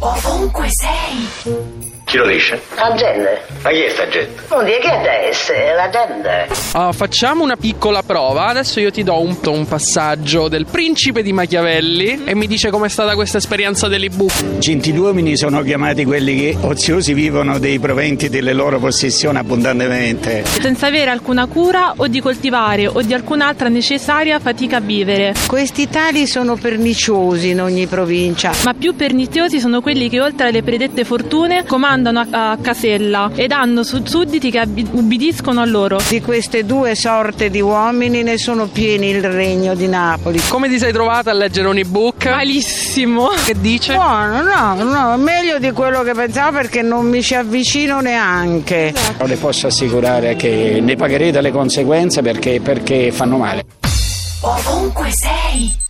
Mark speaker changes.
Speaker 1: Ovunque sei.
Speaker 2: Chi lo dice?
Speaker 3: La gente,
Speaker 2: Ma chi è sta gente?
Speaker 3: non dire che adesso è la gente.
Speaker 4: Ah, facciamo una piccola prova. Adesso io ti do un, un passaggio del principe di Machiavelli e mi dice com'è stata questa esperienza dell'ebook.
Speaker 5: Gentiluomini sono chiamati quelli che oziosi vivono dei proventi delle loro possessioni abbondantemente.
Speaker 6: senza avere alcuna cura o di coltivare o di alcun'altra necessaria fatica a vivere,
Speaker 7: Questi tali sono perniciosi in ogni provincia.
Speaker 6: ma più perniziosi sono quelli che oltre alle predette fortune comandano a, a casella ed hanno su- sudditi che abbi- ubbidiscono a loro.
Speaker 7: Di queste due sorte di uomini ne sono pieni il regno di Napoli.
Speaker 4: Come ti sei trovata a leggere un ebook?
Speaker 6: Malissimo.
Speaker 4: Che dice?
Speaker 7: Buono, no, no, meglio di quello che pensavo perché non mi ci avvicino neanche.
Speaker 5: Non le posso assicurare che ne pagherete le conseguenze perché, perché fanno male.
Speaker 1: Ovunque sei.